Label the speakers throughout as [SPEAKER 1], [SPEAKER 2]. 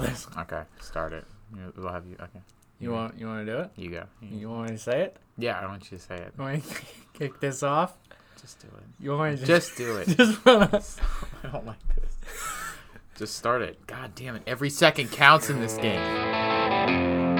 [SPEAKER 1] this.
[SPEAKER 2] Okay, start it. You- We'll have you. Okay,
[SPEAKER 1] You want you want to do it?
[SPEAKER 2] you go. You-
[SPEAKER 1] You want me to say it?
[SPEAKER 2] Yeah, I want you to say it.
[SPEAKER 1] You want me to kick this off?
[SPEAKER 2] Just do it.
[SPEAKER 1] You want me to
[SPEAKER 2] Just do it.
[SPEAKER 1] just wanna...
[SPEAKER 2] I don't like this. Just start it. God damn it. Every second counts in this game.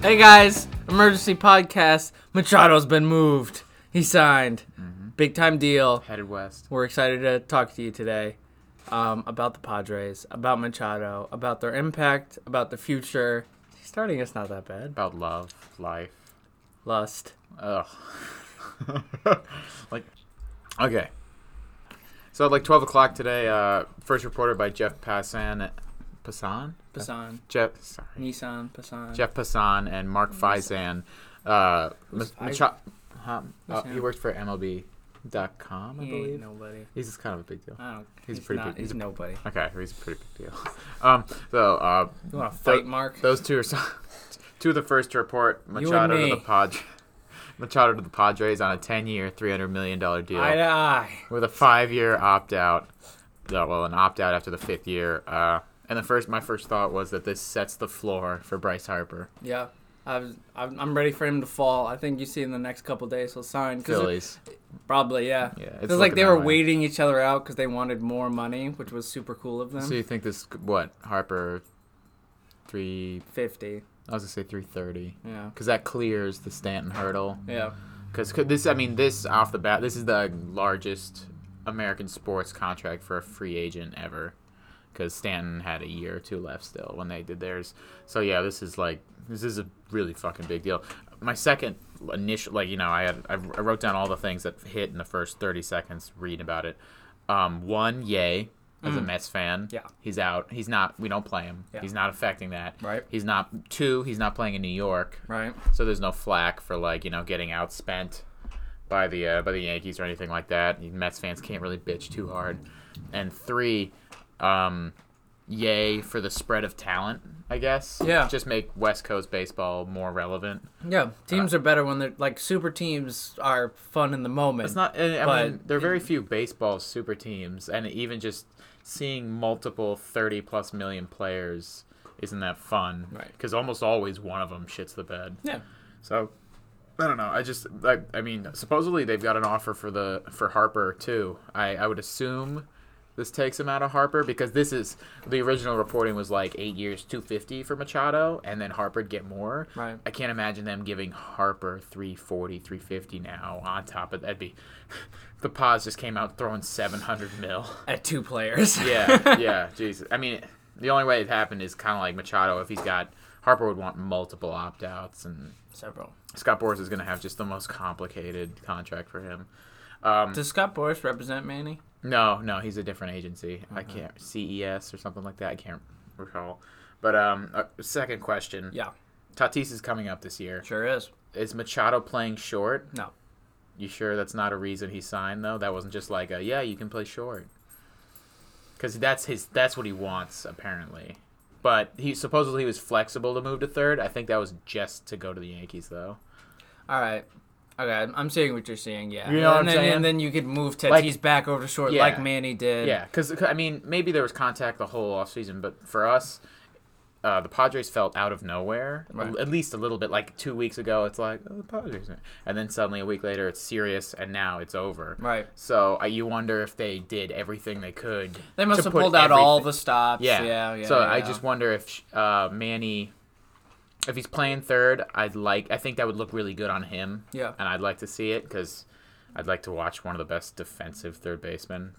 [SPEAKER 1] Hey guys, emergency podcast. Machado's been moved. He signed, big time deal.
[SPEAKER 2] Headed west.
[SPEAKER 1] We're excited to talk to you today um, about the Padres, about Machado, about their impact, about the future. Starting is not that bad.
[SPEAKER 2] About love, life.
[SPEAKER 1] Lust.
[SPEAKER 2] Ugh. like, okay. So at like 12 o'clock today, uh, first reported by Jeff Passan. Passan?
[SPEAKER 1] Passan.
[SPEAKER 2] Jeff, sorry.
[SPEAKER 1] Nissan. Passan.
[SPEAKER 2] Jeff Passan and Mark Fizan. Uh, Mach-
[SPEAKER 1] Fizan?
[SPEAKER 2] Macha- huh?
[SPEAKER 1] Who's
[SPEAKER 2] Uh,
[SPEAKER 1] him?
[SPEAKER 2] he works for MLB.com, I
[SPEAKER 1] He
[SPEAKER 2] believe.
[SPEAKER 1] ain't nobody.
[SPEAKER 2] He's just kind of a big deal.
[SPEAKER 1] I don't.
[SPEAKER 2] He's
[SPEAKER 1] He's,
[SPEAKER 2] pretty
[SPEAKER 1] not.
[SPEAKER 2] big- he's
[SPEAKER 1] He's
[SPEAKER 2] a-
[SPEAKER 1] nobody.
[SPEAKER 2] Okay, he's a pretty big deal. Um, so uh,
[SPEAKER 1] You want to
[SPEAKER 2] Th-
[SPEAKER 1] fight, Mark?
[SPEAKER 2] those two are some, two of the first to report
[SPEAKER 1] and
[SPEAKER 2] Machado to
[SPEAKER 1] me.
[SPEAKER 2] the Pod, Machado to the Padres on a ten-year, three hundred million dollar deal
[SPEAKER 1] Eye to eye.
[SPEAKER 2] with a five-year opt-out. uh, Well, an opt-out after the fifth year. Uh, and the first, my first thought was that this sets the floor for Bryce Harper,
[SPEAKER 1] Yeah. I was, I'm I'm ready for him to fall. I think you see in the next couple days he'll sign. 'cause it-
[SPEAKER 2] Phillies.
[SPEAKER 1] Probably, yeah.
[SPEAKER 2] Yeah, it's
[SPEAKER 1] It was like
[SPEAKER 2] looking
[SPEAKER 1] they
[SPEAKER 2] that
[SPEAKER 1] were
[SPEAKER 2] way.
[SPEAKER 1] waiting each other out because they wanted more money, which was super cool of them.
[SPEAKER 2] So you think this what Harper three?
[SPEAKER 1] 50.
[SPEAKER 2] I was gonna say three thirty.
[SPEAKER 1] Yeah.
[SPEAKER 2] Because that clears the Stanton hurdle.
[SPEAKER 1] Yeah.
[SPEAKER 2] Because this, I mean, this off the bat, this is the largest American sports contract for a free agent ever. Because Stanton had a year or two left still when they did theirs. So yeah, this is like this is a really fucking big deal. My second initial, like you know, I had I I wrote down all the things that hit in the first thirty seconds reading about it. Um, one, yay. As a Mets fan,
[SPEAKER 1] Mm. Yeah.
[SPEAKER 2] he's out. He's not. We don't play him.
[SPEAKER 1] Yeah.
[SPEAKER 2] He's not affecting that.
[SPEAKER 1] Right.
[SPEAKER 2] He's not. Two. He's not playing in New York
[SPEAKER 1] Right.
[SPEAKER 2] so there's no flack for like you know getting outspent by the uh, by the Yankees or anything like that. You Mets fans can't really bitch too hard. And three, um, yay for the spread of talent, I guess.
[SPEAKER 1] Yeah.
[SPEAKER 2] Just make West Coast baseball more relevant.
[SPEAKER 1] Yeah.
[SPEAKER 2] Uh,
[SPEAKER 1] Teams are better when they're like super teams are fun in the moment.
[SPEAKER 2] It's not. uh, I, I
[SPEAKER 1] But-
[SPEAKER 2] mean, there are very few baseball super teams, and even just seeing multiple thirty-plus million players isn't that fun?
[SPEAKER 1] Right.
[SPEAKER 2] Because almost always one of them shits the bed.
[SPEAKER 1] Yeah.
[SPEAKER 2] So I don't know. I just I, I mean, supposedly they've got an offer for the for Harper too. I I would assume this takes him out of Harper because this is the original reporting was like 8 years 250 for Machado and then Harper'd get more.
[SPEAKER 1] Right.
[SPEAKER 2] I can't imagine them giving Harper 340, 350 now on top of that'd be the pause just came out throwing 700 mil.
[SPEAKER 1] At two players.
[SPEAKER 2] Yeah, yeah, Jesus. I mean, the only way it happened is kind of like Machado if he's got Harper would want multiple opt-outs and
[SPEAKER 1] Several.
[SPEAKER 2] Scott Boras is going to have just the most complicated contract for him. Um,
[SPEAKER 1] Does Scott Boris represent Manny?
[SPEAKER 2] no, no, he's a different agency. I can't CES or something like that. I can't recall. But um, uh, second question.
[SPEAKER 1] Yeah.
[SPEAKER 2] Tatis is coming up this year.
[SPEAKER 1] Sure is.
[SPEAKER 2] Is Machado playing short?
[SPEAKER 1] No.
[SPEAKER 2] You sure that's not a reason he signed though? That wasn't just like a yeah, you can play short. Because that's his. That's what he wants apparently. But he supposedly he was flexible to move to third. I think that was just to go to the Yankees though.
[SPEAKER 1] All right. Okay, I'm- I'm seeing what you're seeing. Yeah,
[SPEAKER 2] You know what
[SPEAKER 1] and
[SPEAKER 2] I'm
[SPEAKER 1] then,
[SPEAKER 2] saying?
[SPEAKER 1] and then you could move Tatis
[SPEAKER 2] Like-
[SPEAKER 1] back over to short
[SPEAKER 2] Yeah.
[SPEAKER 1] like Manny did.
[SPEAKER 2] Yeah, because I mean, maybe there was contact the whole offseason, but for us, uh, the Padres felt out of nowhere. a-
[SPEAKER 1] Right.
[SPEAKER 2] At least a little bit. Like two weeks ago, it's like oh, the Padres, and then suddenly a week later, it's serious, and now it's over.
[SPEAKER 1] Right.
[SPEAKER 2] So uh, you wonder if they did everything they could.
[SPEAKER 1] They
[SPEAKER 2] to
[SPEAKER 1] must have
[SPEAKER 2] put
[SPEAKER 1] pulled out all
[SPEAKER 2] everything-
[SPEAKER 1] the stops.
[SPEAKER 2] Yeah.
[SPEAKER 1] Yeah, yeah. yeah
[SPEAKER 2] so I just wonder if uh, Manny. If he's playing third, I'd like. I think that would look really good on him.
[SPEAKER 1] Yeah.
[SPEAKER 2] and I'd like to see it because I'd like to watch one of the best defensive third basemen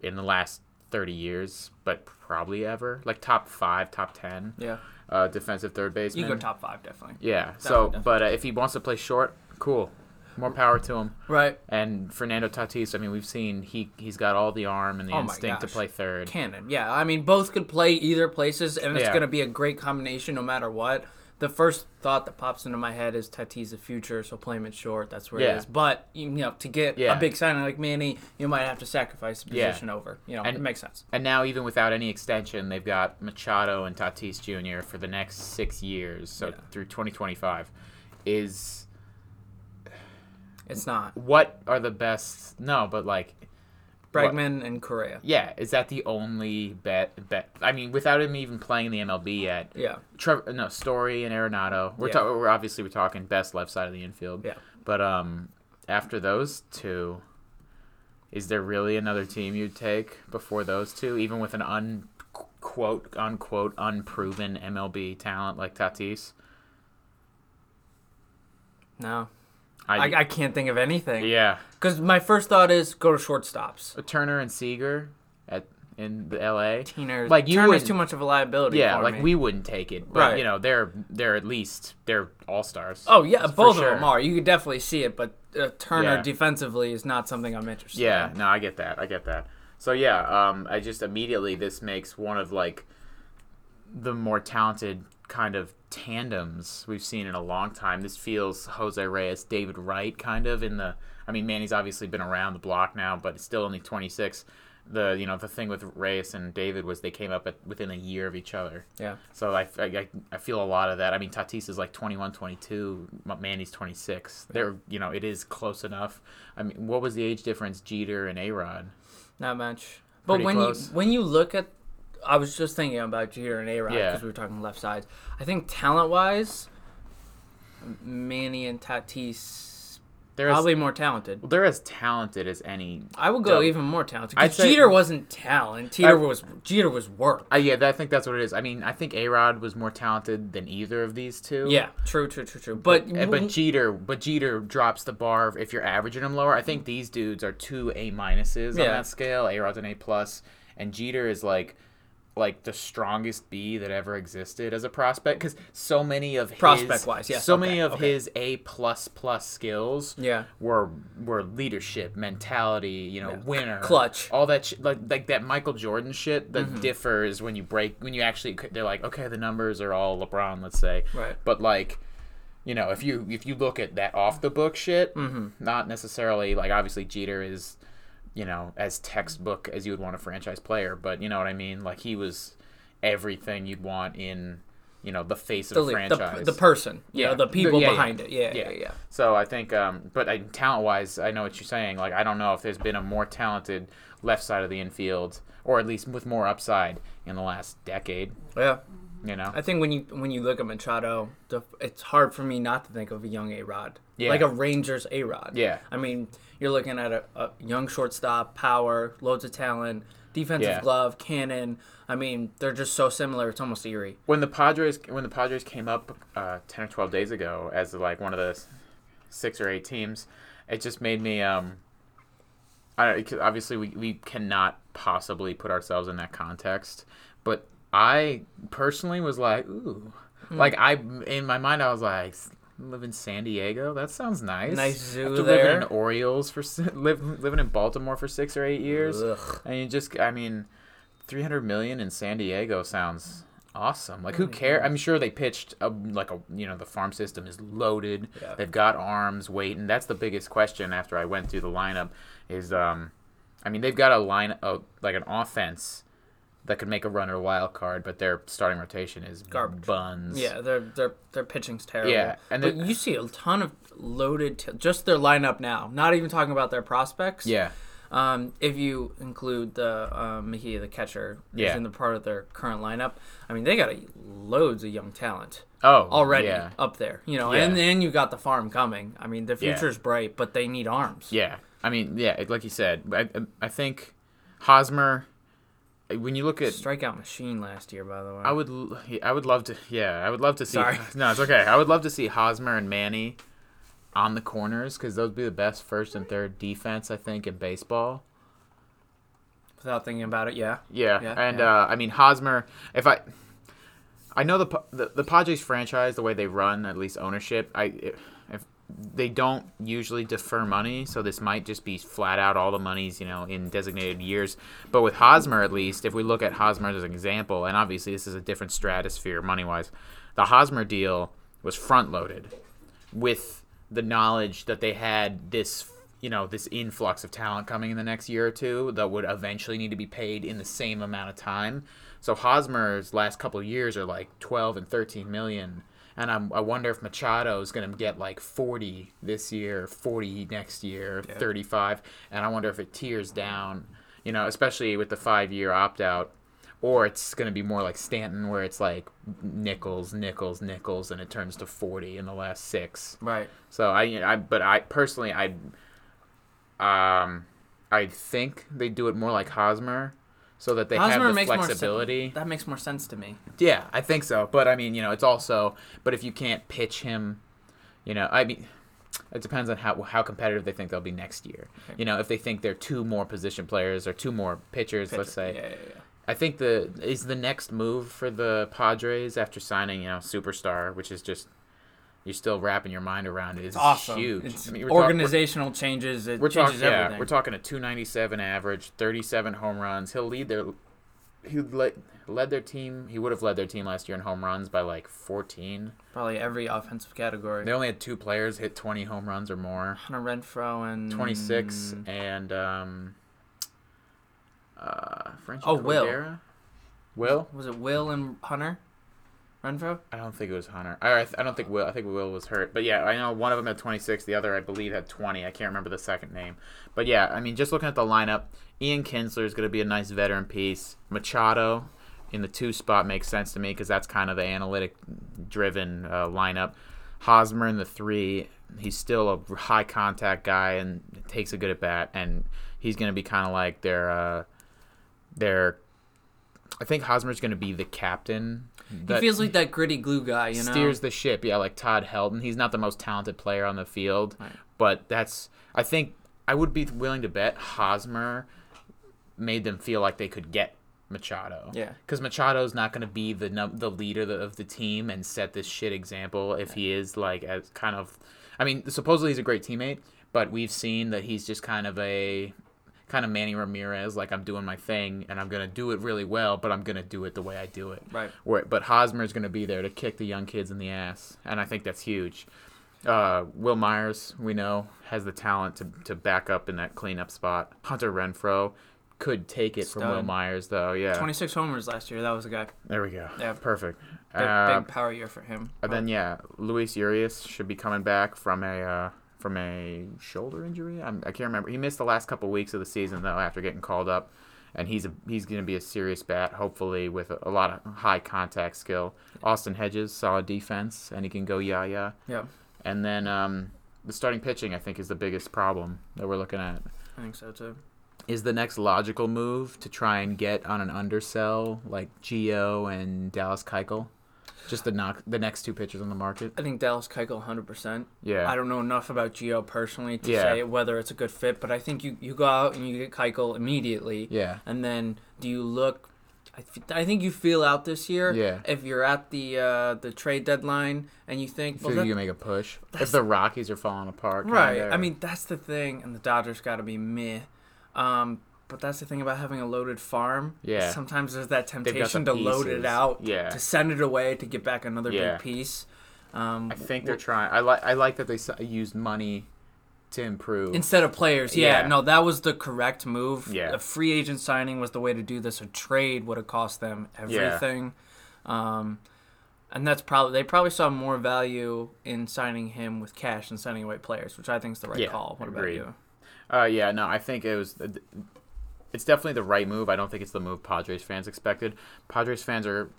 [SPEAKER 2] in the last 30 years, but probably ever. Like top five, top 10
[SPEAKER 1] yeah.
[SPEAKER 2] uh, defensive third
[SPEAKER 1] You
[SPEAKER 2] baseman.
[SPEAKER 1] go top five definitely.
[SPEAKER 2] yeah. So,
[SPEAKER 1] definitely.
[SPEAKER 2] but uh, if he wants to play short, cool. More power to him.
[SPEAKER 1] Right.
[SPEAKER 2] And Fernando Tatis, I mean, we've seen he he's got all the arm and the
[SPEAKER 1] Oh my
[SPEAKER 2] instinct to
[SPEAKER 1] gosh.
[SPEAKER 2] play third.
[SPEAKER 1] Cannon. Yeah, I mean both could play either places, and it's
[SPEAKER 2] Yeah.
[SPEAKER 1] going to be a great combination no matter what. the first thought that pops into my head is Tatis the future, so play him at short. That's where
[SPEAKER 2] Yeah.
[SPEAKER 1] it is. But you know, to get
[SPEAKER 2] Yeah.
[SPEAKER 1] a big signing like Manny, you might have to sacrifice the
[SPEAKER 2] Yeah.
[SPEAKER 1] position over. You know,
[SPEAKER 2] And-
[SPEAKER 1] it makes sense.
[SPEAKER 2] And now, even without any extension, they've got Machado and Tatis Jr. for the next six years, so
[SPEAKER 1] Yeah.
[SPEAKER 2] through 2025. Is
[SPEAKER 1] It's not
[SPEAKER 2] what are the best? No, but like,
[SPEAKER 1] Bregman and Correa.
[SPEAKER 2] yeah, is that the only bet? Bet? I mean, without him even playing the MLB yet,
[SPEAKER 1] Yeah,
[SPEAKER 2] Trevor, no, Story and Arenado. We're,
[SPEAKER 1] Yeah.
[SPEAKER 2] ta- we're obviously we're talking best left side of the infield.
[SPEAKER 1] Yeah.
[SPEAKER 2] But um, after those two, is there really another team you'd take before those two, even with an un quote unquote unproven MLB talent like Tatis?
[SPEAKER 1] no, I, I can't think of anything.
[SPEAKER 2] yeah,
[SPEAKER 1] Because my first thought is go to shortstops.
[SPEAKER 2] Turner and Seager at in the LA.
[SPEAKER 1] Teener,
[SPEAKER 2] Like,
[SPEAKER 1] like
[SPEAKER 2] you
[SPEAKER 1] Turner's
[SPEAKER 2] would-
[SPEAKER 1] too much of a liability.
[SPEAKER 2] Yeah,
[SPEAKER 1] for
[SPEAKER 2] like
[SPEAKER 1] me.
[SPEAKER 2] we wouldn't take it, but
[SPEAKER 1] Right.
[SPEAKER 2] you know they're they're at least they're all stars.
[SPEAKER 1] Oh yeah,
[SPEAKER 2] for
[SPEAKER 1] both
[SPEAKER 2] sure.
[SPEAKER 1] of them are. You could definitely see it, but uh, Turner
[SPEAKER 2] Yeah.
[SPEAKER 1] defensively is not something I'm interested.
[SPEAKER 2] Yeah,
[SPEAKER 1] in.
[SPEAKER 2] no, I get that. I get that. So yeah, um, I just immediately this makes one of like the more talented kind of tandems we've seen in a long time. This feels Jose Reyes, David Wright, kind of in the. I mean, Manny's obviously been around the block now, but it's still only 26. The you know the thing with Reyes and David was they came up at, within a year of each other.
[SPEAKER 1] yeah.
[SPEAKER 2] So I, I, I feel a lot of that. I mean, Tatis is like 21, 22. M- Manny's 26. They're, you know, it is close enough. I mean, what was the age difference, Jeter and A-Rod?
[SPEAKER 1] Not much. But
[SPEAKER 2] Pretty
[SPEAKER 1] when
[SPEAKER 2] close.
[SPEAKER 1] you when you look at, I was just thinking about Jeter and A Rod
[SPEAKER 2] Yeah.
[SPEAKER 1] because we were talking left sides. I think talent wise, Manny and Tatis
[SPEAKER 2] They're,
[SPEAKER 1] probably more talented.
[SPEAKER 2] as, they're as talented as any.
[SPEAKER 1] I would go
[SPEAKER 2] Dope.
[SPEAKER 1] even more talented
[SPEAKER 2] I'd
[SPEAKER 1] because
[SPEAKER 2] say-
[SPEAKER 1] Jeter wasn't talent. Jeter was Jeter was work.
[SPEAKER 2] Uh, yeah, that, I think that's what it is. I mean, I think A-Rod was more talented than either of these two.
[SPEAKER 1] Yeah, true, true, true, true. But
[SPEAKER 2] Uh, But Jeter, but Jeter drops the bar if you're averaging him lower. I think these dudes are two A minuses on
[SPEAKER 1] Mm-hmm. Yeah.
[SPEAKER 2] that scale. A Rod's an A plus, and Jeter is like, like the strongest B that ever existed as a prospect because so many of his-
[SPEAKER 1] Prospect-wise, yes,
[SPEAKER 2] so
[SPEAKER 1] okay,
[SPEAKER 2] many of
[SPEAKER 1] okay.
[SPEAKER 2] his A plus plus skills,
[SPEAKER 1] Yeah.
[SPEAKER 2] were were leadership, mentality, you know, winner,
[SPEAKER 1] Clutch.
[SPEAKER 2] all that shit, like like that Michael Jordan shit that
[SPEAKER 1] Mm-hmm.
[SPEAKER 2] differs when you break when you actually they're like okay the numbers are all LeBron let's say
[SPEAKER 1] Right.
[SPEAKER 2] but like you know if you if you look at that off the book shit
[SPEAKER 1] Mm-hmm.
[SPEAKER 2] not necessarily like obviously jeter is you know as textbook as you would want a franchise player but you know what i mean like he was everything you'd want in you know the face
[SPEAKER 1] the,
[SPEAKER 2] of a
[SPEAKER 1] league, the,
[SPEAKER 2] franchise
[SPEAKER 1] the person, you
[SPEAKER 2] Yeah.
[SPEAKER 1] know, the
[SPEAKER 2] The-
[SPEAKER 1] people
[SPEAKER 2] yeah, yeah.
[SPEAKER 1] behind it. Yeah, yeah, yeah.
[SPEAKER 2] so i think um but I, talent wise i know what you're saying like i don't know if there's been a more talented left side of the infield or at least with more upside in the last decade
[SPEAKER 1] yeah.
[SPEAKER 2] you know
[SPEAKER 1] I think when you when you look at Machado, the, it's hard for me not to think of a young A Rod,
[SPEAKER 2] Yeah.
[SPEAKER 1] like a Rangers A Rod.
[SPEAKER 2] Yeah.
[SPEAKER 1] I mean, you're looking at a, a young shortstop, power, loads of talent, defensive
[SPEAKER 2] Yeah.
[SPEAKER 1] glove, cannon. I mean, they're just so similar. It's almost eerie.
[SPEAKER 2] when the Padres when the Padres came up uh, ten or twelve days ago as like one of the s- six or eight teams, it just made me. Um, I don't- 'cause obviously we we cannot possibly put ourselves in that context, but I personally was like, ooh,
[SPEAKER 1] Hmm.
[SPEAKER 2] like I in my mind I was like. "S- Live in San Diego. That sounds nice.
[SPEAKER 1] Nice zoo
[SPEAKER 2] After
[SPEAKER 1] there.
[SPEAKER 2] Living in Orioles for si- live, living in Baltimore for six or eight years.
[SPEAKER 1] Ugh.
[SPEAKER 2] And you just, I mean, 300 million in San Diego sounds awesome. Like, who
[SPEAKER 1] Oh
[SPEAKER 2] care? I'm sure they pitched a, like a, you know, the farm system is loaded.
[SPEAKER 1] Yeah.
[SPEAKER 2] They've got arms waiting. That's the biggest question after I went through the lineup is, um, I mean, they've got a line, a, like an offense that could make a run or a wild card, but their starting rotation is
[SPEAKER 1] Garbage.
[SPEAKER 2] buns.
[SPEAKER 1] Yeah, their their their pitching's terrible.
[SPEAKER 2] Yeah, and
[SPEAKER 1] but
[SPEAKER 2] the-
[SPEAKER 1] you see a ton of loaded, t- just their lineup now. Not even talking about their prospects.
[SPEAKER 2] Yeah.
[SPEAKER 1] Um, if you include the um, Mejia, the catcher,
[SPEAKER 2] Yeah.
[SPEAKER 1] who's in the part of their current lineup, I mean, they got a, loads of young talent
[SPEAKER 2] Oh,
[SPEAKER 1] already
[SPEAKER 2] Yeah.
[SPEAKER 1] up there, you know.
[SPEAKER 2] Yeah.
[SPEAKER 1] And then you got the farm coming. I mean, the
[SPEAKER 2] Yeah.
[SPEAKER 1] future's bright, but they need arms.
[SPEAKER 2] Yeah, I mean, yeah, it- like you said, I, I think Hosmer. When you look at,
[SPEAKER 1] Strikeout machine last year, by the way.
[SPEAKER 2] I would, l- I would love to. Yeah, I would love to see.
[SPEAKER 1] Sorry.
[SPEAKER 2] No, it's okay. I would love to see Hosmer and Manny on the corners because those would be the best first and third defense I think in baseball.
[SPEAKER 1] Without thinking about it, yeah.
[SPEAKER 2] Yeah,
[SPEAKER 1] Yeah,
[SPEAKER 2] and
[SPEAKER 1] yeah.
[SPEAKER 2] Uh, I mean Hosmer. If I, I know the, Pa- the the Padres franchise the way they run at least ownership. I if they don't usually defer money, so this might just be flat out all the monies, you know, in designated years. But with Hosmer, at least, if we look at Hosmer as an example, and obviously this is a different stratosphere money wise, the Hosmer deal was front loaded with the knowledge that they had this, you know, this influx of talent coming in the next year or two that would eventually need to be paid in the same amount of time. So Hosmer's last couple of years are like 12 and 13 million and I'm, I wonder if Machado is going to get like 40 this year, 40 next year, 35, and I wonder if it tears down, you know, especially with the five-year opt-out, or it's going to be more like Stanton, where it's like nickels, nickels, nickels, and it turns to 40 in the last six.
[SPEAKER 1] Right.
[SPEAKER 2] So I, I, but I personally, I, um, I think they do it more like Hosmer. So that they
[SPEAKER 1] Hosmer
[SPEAKER 2] have the
[SPEAKER 1] makes more
[SPEAKER 2] flexibility.
[SPEAKER 1] sense. That makes more sense to me.
[SPEAKER 2] Yeah, I think so. But I mean, you know, it's also. But if you can't pitch him, you know, I mean, it depends on how how competitive they think they'll be next year. You know, if they think they're two more position players or two more pitchers, let's say.
[SPEAKER 1] Yeah, yeah, yeah.
[SPEAKER 2] I think the is the next move for the Padres after signing, you know, superstar, which is just you're still wrapping your mind around it. It's,
[SPEAKER 1] Awesome.
[SPEAKER 2] huge.
[SPEAKER 1] It's
[SPEAKER 2] I mean, we're talk- we're-
[SPEAKER 1] organizational changes. It
[SPEAKER 2] we're talking,
[SPEAKER 1] changes
[SPEAKER 2] yeah,
[SPEAKER 1] everything.
[SPEAKER 2] we're talking a 297 average, 37 home runs. He'll lead their, he led led their team. He would have led their team last year in home runs by like 14.
[SPEAKER 1] Probably every offensive category.
[SPEAKER 2] They only had two players hit 20 home runs or more.
[SPEAKER 1] Hunter Renfro and
[SPEAKER 2] 26
[SPEAKER 1] Hmm.
[SPEAKER 2] and um, uh, French.
[SPEAKER 1] Oh, Will.
[SPEAKER 2] Cordera? Will?
[SPEAKER 1] Was it Will and Hunter Renfro?
[SPEAKER 2] I don't think it was Hunter. I, I th- I don't think Will. I think Will was hurt. But yeah, I know one of them had 26. The other, I believe, had 20. I can't remember the second name. But yeah, I mean, just looking at the lineup, Ian Kinsler is going to be a nice veteran piece. Machado in the two spot makes sense to me because that's kind of the analytic driven uh, lineup. Hosmer in the three. He's still a high contact guy and takes a good at bat. And he's going to be kind of like their. Uh, their I think Hosmer's going to be the captain.
[SPEAKER 1] He
[SPEAKER 2] that-
[SPEAKER 1] feels like that gritty glue guy, you know.
[SPEAKER 2] steers the ship. Yeah, like Todd Helton. He's not the most talented player on the field,
[SPEAKER 1] Right.
[SPEAKER 2] but that's. I think I would be willing to bet Hosmer made them feel like they could get Machado.
[SPEAKER 1] Yeah.
[SPEAKER 2] Because Machado's not going to be the num- the leader of the, of the team and set this shit example if he is like as kind of. I mean, supposedly he's a great teammate, but we've seen that he's just kind of a kind of Manny Ramirez, like I'm doing my thing and I'm gonna do it really well, but I'm gonna do it the way I do it.
[SPEAKER 1] Right.
[SPEAKER 2] Where, but Hosmer's gonna be there to kick the young kids in the ass, and I think that's huge. Uh, Will Myers, we know, has the talent to, to back up in that cleanup spot. Hunter Renfro could take it from Will
[SPEAKER 1] Stud.
[SPEAKER 2] Myers, though. Yeah.
[SPEAKER 1] 26 homers last year. That was a guy.
[SPEAKER 2] There we go.
[SPEAKER 1] Yeah.
[SPEAKER 2] Perfect.
[SPEAKER 1] Big,
[SPEAKER 2] Uh,
[SPEAKER 1] big power year for him.
[SPEAKER 2] and then yeah, Luis Urias should be coming back from a uh, from a shoulder injury. I'm, I can't remember. He missed the last couple weeks of the season though after getting called up, and he's a he's going to be a serious bat. Hopefully with a, a lot of high contact skill. Austin Hedges solid defense, and he can go yah yah.
[SPEAKER 1] yeah,
[SPEAKER 2] And then um, the starting pitching I think is the biggest problem that we're looking at.
[SPEAKER 1] I think so too.
[SPEAKER 2] Is the next logical move to try and get on an undersell like Gio and Dallas Keuchel, just the knock the next two pitchers on the market.
[SPEAKER 1] I think Dallas Keuchel 100%.
[SPEAKER 2] Yeah.
[SPEAKER 1] I don't know enough about Gio personally to
[SPEAKER 2] Yeah.
[SPEAKER 1] say whether it's a good fit, but I think you, you go out and you get Keuchel immediately.
[SPEAKER 2] Yeah.
[SPEAKER 1] And then do you look? I, th- I think you feel out this year.
[SPEAKER 2] Yeah.
[SPEAKER 1] If you're at the uh, the trade deadline and you think,
[SPEAKER 2] So
[SPEAKER 1] well, that-
[SPEAKER 2] you can make a push. If
[SPEAKER 1] that's-
[SPEAKER 2] the Rockies are falling apart. kinda,
[SPEAKER 1] Right. I
[SPEAKER 2] or-
[SPEAKER 1] mean, that's the thing, and the Dodgers got to be meh. Um, but that's the thing about having a loaded farm.
[SPEAKER 2] Yeah.
[SPEAKER 1] Sometimes there's that
[SPEAKER 2] the
[SPEAKER 1] temptation to load
[SPEAKER 2] pieces.
[SPEAKER 1] it out.
[SPEAKER 2] Yeah.
[SPEAKER 1] To send it away to get back another
[SPEAKER 2] Yeah.
[SPEAKER 1] big piece. Um,
[SPEAKER 2] I think they're trying. I like. I like that they s- used money to improve.
[SPEAKER 1] instead of players, yeah,
[SPEAKER 2] Yeah.
[SPEAKER 1] No, that was the correct move.
[SPEAKER 2] Yeah.
[SPEAKER 1] A free agent signing was the way to do this. A trade would have cost them everything. Um, and that's probably they probably saw more value in signing him with cash and signing away players, which I think is the right
[SPEAKER 2] Yeah,
[SPEAKER 1] call. What about
[SPEAKER 2] agreed.
[SPEAKER 1] you?
[SPEAKER 2] uh, yeah. No, I think it was. It's definitely the right move. I don't think it's the move Padres fans expected. Padres fans are,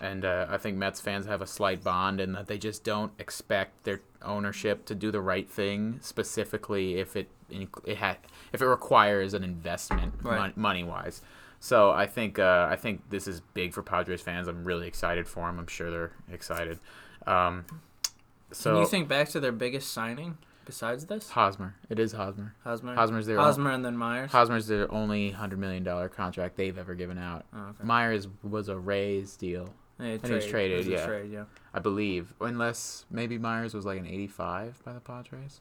[SPEAKER 2] and uh, I think Mets fans have a slight bond in that they just don't expect their ownership to do the right thing, specifically if it inc- it ha- if it requires an investment
[SPEAKER 1] Right.
[SPEAKER 2] money wise. So I think uh, I think this is big for Padres fans. I'm really excited for them. I'm sure they're excited. Um, so
[SPEAKER 1] Can you think back to their biggest signing besides this?
[SPEAKER 2] Hosmer. It is Hosmer.
[SPEAKER 1] Hosmer.
[SPEAKER 2] Hosmer's their
[SPEAKER 1] Hosmer and then Myers.
[SPEAKER 2] Hosmer's their only hundred million dollar contract they've ever given out.
[SPEAKER 1] Oh, okay.
[SPEAKER 2] Myers was a Rays deal.
[SPEAKER 1] And
[SPEAKER 2] And he was traded,
[SPEAKER 1] It was a
[SPEAKER 2] yeah.
[SPEAKER 1] trade, yeah.
[SPEAKER 2] I believe, unless maybe Myers was like an 85 by the Padres.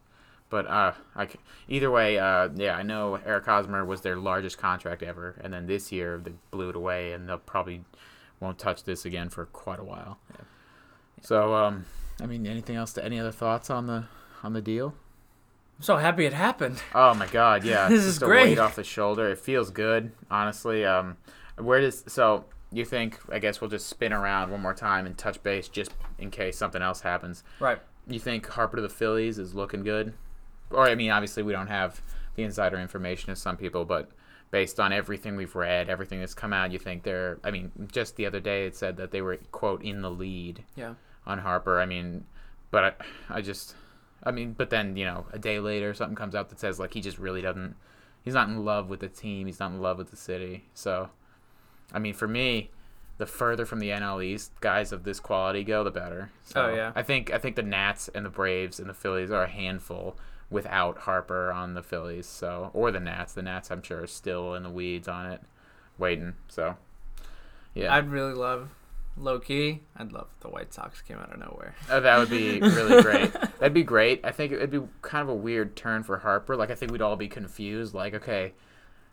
[SPEAKER 2] But uh, I c either way, uh, yeah, I know Eric Hosmer was their largest contract ever, and then this year they blew it away, and they'll probably won't touch this again for quite a while. So, um, I mean, anything else? To, any other thoughts on the on the deal?
[SPEAKER 1] I'm so happy it happened.
[SPEAKER 2] Oh my God, yeah, it's
[SPEAKER 1] This is
[SPEAKER 2] just a
[SPEAKER 1] great.
[SPEAKER 2] weight off the shoulder. It feels good, honestly. Um, where does so you think? I guess we'll just spin around one more time and touch base just in case something else happens.
[SPEAKER 1] Right.
[SPEAKER 2] You think Harper to the Phillies is looking good? Or I mean, obviously we don't have the insider information of some people, but based on everything we've read, everything that's come out, you think they're? I mean, just the other day it said that they were quote in the lead
[SPEAKER 1] Yeah.
[SPEAKER 2] on Harper. I mean, but I, I just, I mean, but then you know, a day later, something comes out that says like he just really doesn't, he's not in love with the team, he's not in love with the city. So, I mean, for me, the further from the NL East guys of this quality go, the better. So,
[SPEAKER 1] Oh, yeah.
[SPEAKER 2] I think I think the Nats and the Braves and the Phillies are a handful without Harper on the Phillies. So, or the Nats, the Nats I'm sure are still in the weeds on it, waiting. So, yeah.
[SPEAKER 1] I'd really love low key. I'd love if the White Sox came out of nowhere.
[SPEAKER 2] Oh, that would be really great. That'd be great. I think it'd be kind of a weird turn for Harper. Like I think we'd all be confused. Like okay,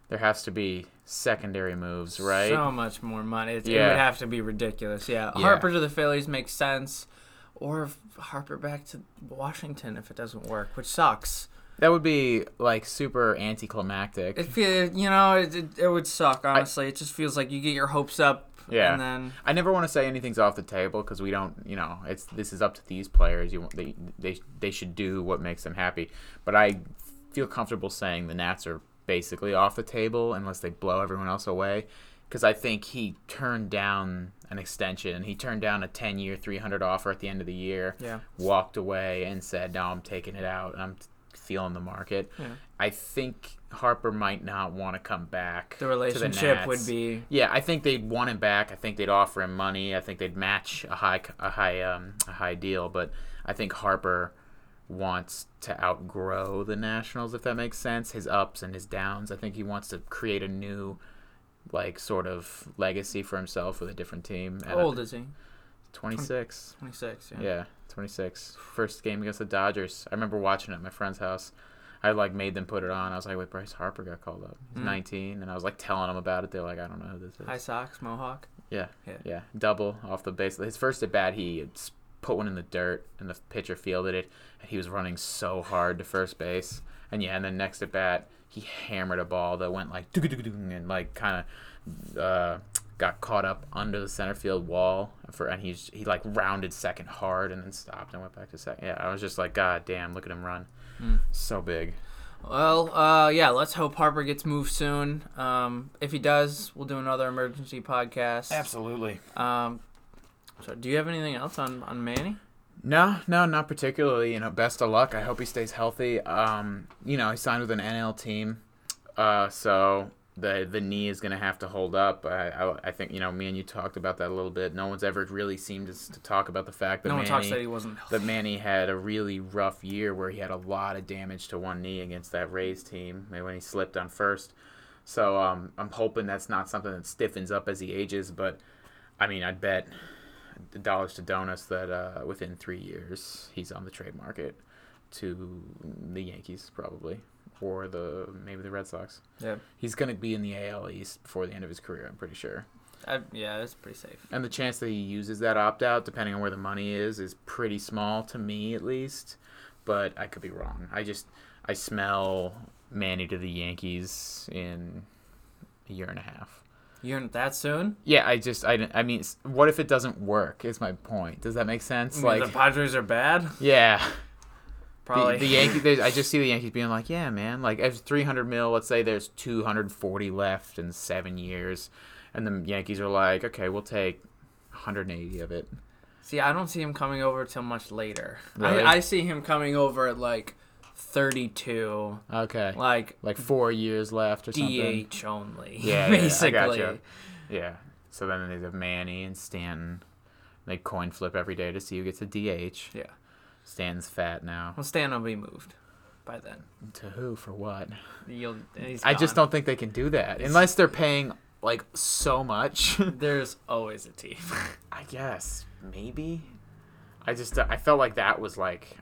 [SPEAKER 2] there has to be secondary moves, right?
[SPEAKER 1] So much more money. It's, It
[SPEAKER 2] Yeah.
[SPEAKER 1] would have to be ridiculous. Yeah.
[SPEAKER 2] Yeah.
[SPEAKER 1] Harper to the Phillies makes sense. Or if Harper back to Washington if it doesn't work, which sucks.
[SPEAKER 2] that would be like super anticlimactic.
[SPEAKER 1] It feel, you know it, it, it would suck honestly. it just feels like you get your hopes up
[SPEAKER 2] Yeah.
[SPEAKER 1] and then
[SPEAKER 2] I never want to say anything's off the table because we don't, you know, it's this is up to these players. You want- they they they should do what makes them happy. But I feel comfortable saying the Nats are basically off the table unless they blow everyone else away. Because I think he turned down an extension. He turned down a ten-year, three hundred offer at the end of the year.
[SPEAKER 1] Yeah.
[SPEAKER 2] Walked away and said, "No, I'm taking it out. I'm feeling the market."
[SPEAKER 1] Yeah.
[SPEAKER 2] I think Harper might not want to come back.
[SPEAKER 1] the
[SPEAKER 2] to
[SPEAKER 1] relationship
[SPEAKER 2] Nats.
[SPEAKER 1] would be
[SPEAKER 2] Yeah, I think they'd want him back. I think they'd offer him money. I think they'd match a high a high um, a high deal. But I think Harper wants to outgrow the Nationals, if that makes sense. His ups and his downs. I think he wants to create a new, like sort of legacy for himself with a different team.
[SPEAKER 1] how old is he?
[SPEAKER 2] Twenty six.
[SPEAKER 1] 26. Yeah.
[SPEAKER 2] Yeah, 26. First game against the Dodgers. I remember watching it at my friend's house. I like made them put it on. I was like, "Wait, Bryce Harper got called up. He's
[SPEAKER 1] Mm.
[SPEAKER 2] 19," and I was like telling them about it. They're like, "I don't know who this is."
[SPEAKER 1] High socks, mohawk.
[SPEAKER 2] Yeah,
[SPEAKER 1] Yeah.
[SPEAKER 2] yeah, Double off the base. His first at bat, he s- put one in the dirt, and the pitcher fielded it, and he was running so hard to first base. And yeah, and then next at bat, he hammered a ball that went like doo-doo-doo-doo, and like kind of uh, got caught up under the center field wall for, and he he like rounded second hard and then stopped and went back to second. Yeah, I was just like, God damn, look at him run, so big.
[SPEAKER 1] Well, uh, yeah, let's hope Harper gets moved soon. Um, if he does, we'll do another emergency podcast.
[SPEAKER 2] Absolutely.
[SPEAKER 1] Um, so, do you have anything else on, on Manny?
[SPEAKER 2] No, no, not particularly. You know, best of luck. I hope he stays healthy. Um, you know, he signed with an NL team, uh, so the the knee is gonna have to hold up. I, I, I think you know, me and you talked about that a little bit. No one's ever really seemed to, s- to talk about the fact that
[SPEAKER 1] no one
[SPEAKER 2] Manny,
[SPEAKER 1] talks that he wasn't.
[SPEAKER 2] that Manny had a really rough year where he had a lot of damage to one knee against that Rays team and when he slipped on first. So um, I'm hoping that's not something that stiffens up as he ages, but I mean, I'd bet dollars to donuts that uh, within three years he's on the trade market to the Yankees probably or the maybe the Red Sox.
[SPEAKER 1] Yeah,
[SPEAKER 2] He's gonna be in the AL East before the end of his career, I'm pretty sure.
[SPEAKER 1] I, yeah, that's pretty safe.
[SPEAKER 2] And the chance that he uses that opt out, depending on where the money is, is pretty small to me at least. But I could be wrong. I just I smell Manny to the Yankees in a year and a half.
[SPEAKER 1] You're that soon?
[SPEAKER 2] Yeah, I just I, I mean, s- what if it doesn't work? Is my point. Does that make
[SPEAKER 1] I
[SPEAKER 2] sense?
[SPEAKER 1] mean,
[SPEAKER 2] Like,
[SPEAKER 1] the Padres are bad.
[SPEAKER 2] yeah,
[SPEAKER 1] Probably.
[SPEAKER 2] The, the Yankees. they- I just see the Yankees being like, yeah, man. Like, if 300 mil, let's say there's 240 left in seven years, and the Yankees are like, okay, we'll take 180 of it.
[SPEAKER 1] See, I don't see him coming over till much later.
[SPEAKER 2] Really?
[SPEAKER 1] I, I see him coming over at like 32,
[SPEAKER 2] Okay.
[SPEAKER 1] like
[SPEAKER 2] like four years left or something.
[SPEAKER 1] DH only,
[SPEAKER 2] Yeah,
[SPEAKER 1] basically.
[SPEAKER 2] Yeah, I gotcha. yeah. So then they have Manny and Stanton. They coin flip every day to see who gets a DH.
[SPEAKER 1] Yeah.
[SPEAKER 2] Stanton's fat now.
[SPEAKER 1] Well, Stan will be moved by then.
[SPEAKER 2] To who for what?
[SPEAKER 1] You'll, he's
[SPEAKER 2] I just
[SPEAKER 1] gone.
[SPEAKER 2] don't think they can do that unless they're paying like so much.
[SPEAKER 1] There's always a team.
[SPEAKER 2] I guess maybe. I just uh, I felt like that was like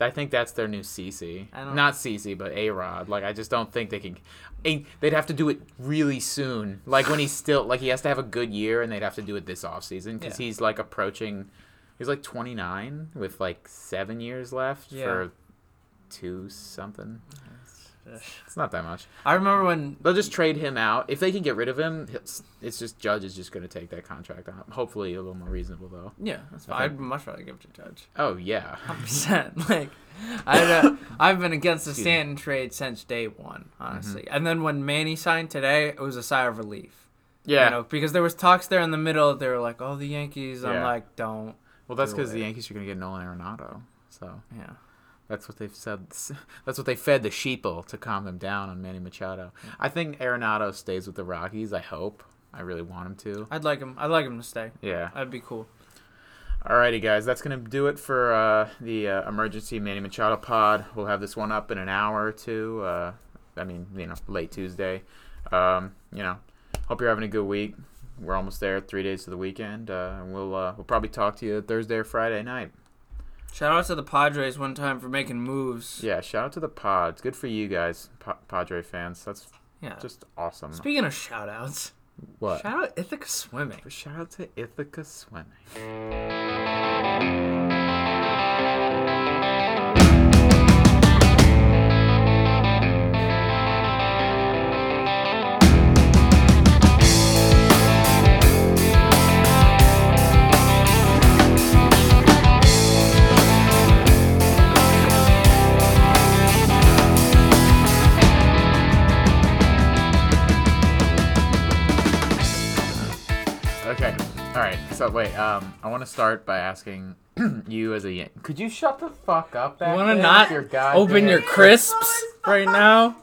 [SPEAKER 2] I think that's their new CC.
[SPEAKER 1] I don't-
[SPEAKER 2] Not CC, but A Rod. Like I just don't think they can. and They'd have to do it really soon. Like when he's still like he has to have a good year, and they'd have to do it this off season because
[SPEAKER 1] Yeah.
[SPEAKER 2] he's like approaching. He's like 29 with like seven years left
[SPEAKER 1] Yeah.
[SPEAKER 2] for two something. It's not that much.
[SPEAKER 1] I remember when
[SPEAKER 2] They'll just trade him out if they can get rid of him. It's, it's just Judge is just going to take that contract on. Hopefully a little more reasonable though.
[SPEAKER 1] yeah, that's fine.
[SPEAKER 2] Okay.
[SPEAKER 1] I'd much rather give it to Judge.
[SPEAKER 2] Oh yeah.
[SPEAKER 1] percent. Like, I uh, I've been against the
[SPEAKER 2] Excuse Mm-hmm.
[SPEAKER 1] Stanton trade since day one, honestly. And then when Manny signed today, it was a sigh of relief.
[SPEAKER 2] Yeah.
[SPEAKER 1] you know, because there was talks there in the middle. They were like, "Oh, the Yankees." I'm
[SPEAKER 2] Yeah.
[SPEAKER 1] like, "Don't."
[SPEAKER 2] Well, that's
[SPEAKER 1] Do
[SPEAKER 2] because
[SPEAKER 1] it.
[SPEAKER 2] the Yankees are going to get Nolan Arenado. So
[SPEAKER 1] Yeah,
[SPEAKER 2] that's what they've said. That's what they fed the sheeple to calm them down on Manny Machado. I think Arenado stays with the Rockies. I hope. I really want him to.
[SPEAKER 1] I'd like him. I'd like him to stay.
[SPEAKER 2] Yeah.
[SPEAKER 1] That'd be cool.
[SPEAKER 2] Alrighty, guys. That's going to do it for uh, the uh, emergency Manny Machado pod. We'll have this one up in an hour or two. Uh, I mean, you know, late Tuesday. Um, you know, hope you're having a good week. We're almost there. Three days to the weekend. Uh, and we'll uh, we'll probably talk to you Thursday or Friday night.
[SPEAKER 1] Shout out to the Padres one time for making moves.
[SPEAKER 2] Yeah, shout out to the pods. Good for you guys, pa- Padre fans. That's
[SPEAKER 1] Yeah.
[SPEAKER 2] just awesome.
[SPEAKER 1] Speaking of shout outs,
[SPEAKER 2] what?
[SPEAKER 1] shout out Ithaca Swimming.
[SPEAKER 2] Shout out to Ithaca Swimming. Okay. All right. So wait. Um, I want to start by asking you as a Yan- could you shut the fuck up?
[SPEAKER 1] You
[SPEAKER 2] Back
[SPEAKER 1] want
[SPEAKER 2] there
[SPEAKER 1] to not
[SPEAKER 2] with goddamn-
[SPEAKER 1] open your crisps right now?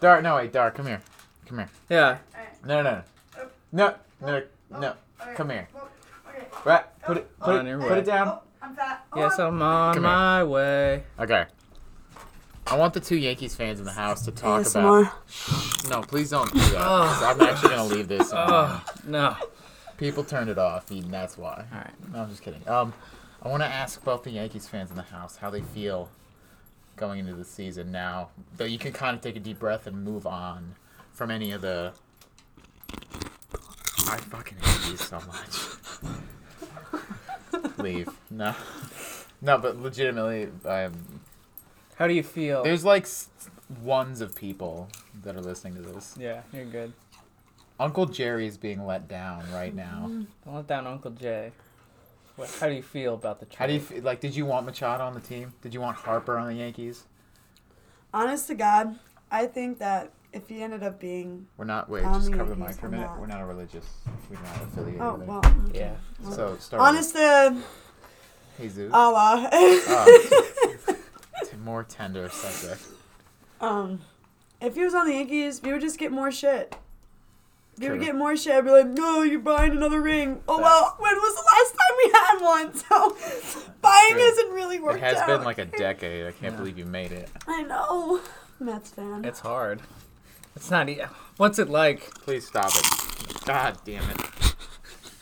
[SPEAKER 2] Dar? No wait, Dar. Come here. Come here.
[SPEAKER 1] Yeah.
[SPEAKER 2] No no no no no. no. Come here.
[SPEAKER 3] Okay.
[SPEAKER 2] Right. Put it. Put
[SPEAKER 1] On
[SPEAKER 2] it.
[SPEAKER 1] your
[SPEAKER 2] Put
[SPEAKER 1] way.
[SPEAKER 2] it down.
[SPEAKER 3] Oh, I'm fat. Oh,
[SPEAKER 1] Yes,
[SPEAKER 3] I'm
[SPEAKER 1] I'm on
[SPEAKER 2] Come here.
[SPEAKER 1] my way.
[SPEAKER 2] Okay. I want the two Yankees fans in the house to talk about. No, please don't do that. 'cause I'm actually gonna leave this. on.
[SPEAKER 1] Oh no.
[SPEAKER 2] People turned it off, and that's why.
[SPEAKER 1] All right.
[SPEAKER 2] No, I'm just kidding. Um, I want to ask both the Yankees fans in the house how they feel going into the season now. Though you can kind of take a deep breath and move on from any of the. I fucking hate you so much. Leave. No. No, but legitimately, um,
[SPEAKER 1] How do you feel?
[SPEAKER 2] there's like s- ones of people that are listening to this.
[SPEAKER 1] Yeah, you're good.
[SPEAKER 2] Uncle Jerry is being let down right now.
[SPEAKER 1] Don't let down Uncle Jay. What, how do you feel about the trade?
[SPEAKER 2] How do you f- like? Did you want Machado on the team? Did you want Harper on the Yankees?
[SPEAKER 3] Honest to God, I think that if he ended up being.
[SPEAKER 2] We're not. Wait,
[SPEAKER 3] Um,
[SPEAKER 2] just
[SPEAKER 3] yeah,
[SPEAKER 2] cover the
[SPEAKER 3] he's
[SPEAKER 2] mic for a
[SPEAKER 3] on
[SPEAKER 2] minute.
[SPEAKER 3] that.
[SPEAKER 2] We're not a religious. We're not affiliated.
[SPEAKER 3] Oh,
[SPEAKER 2] with
[SPEAKER 3] well.
[SPEAKER 2] anything.
[SPEAKER 3] okay.
[SPEAKER 1] Yeah.
[SPEAKER 2] So start.
[SPEAKER 3] Honest Oh. to
[SPEAKER 2] with Jesus.
[SPEAKER 3] Allah.
[SPEAKER 2] T- more tender subject.
[SPEAKER 3] um, if he was on the Yankees, we would just get more shit. We would
[SPEAKER 2] True.
[SPEAKER 3] get more shit. I'd be like, no, you're buying another ring. Oh, well, when was the last time we had one? So buying
[SPEAKER 2] True.
[SPEAKER 3] hasn't really worked
[SPEAKER 2] It has
[SPEAKER 3] out.
[SPEAKER 2] been like a decade. I can't believe you made it.
[SPEAKER 3] I know. Mets fan.
[SPEAKER 1] It's hard. It's not. e- What's it like?
[SPEAKER 2] Please stop it. God damn it.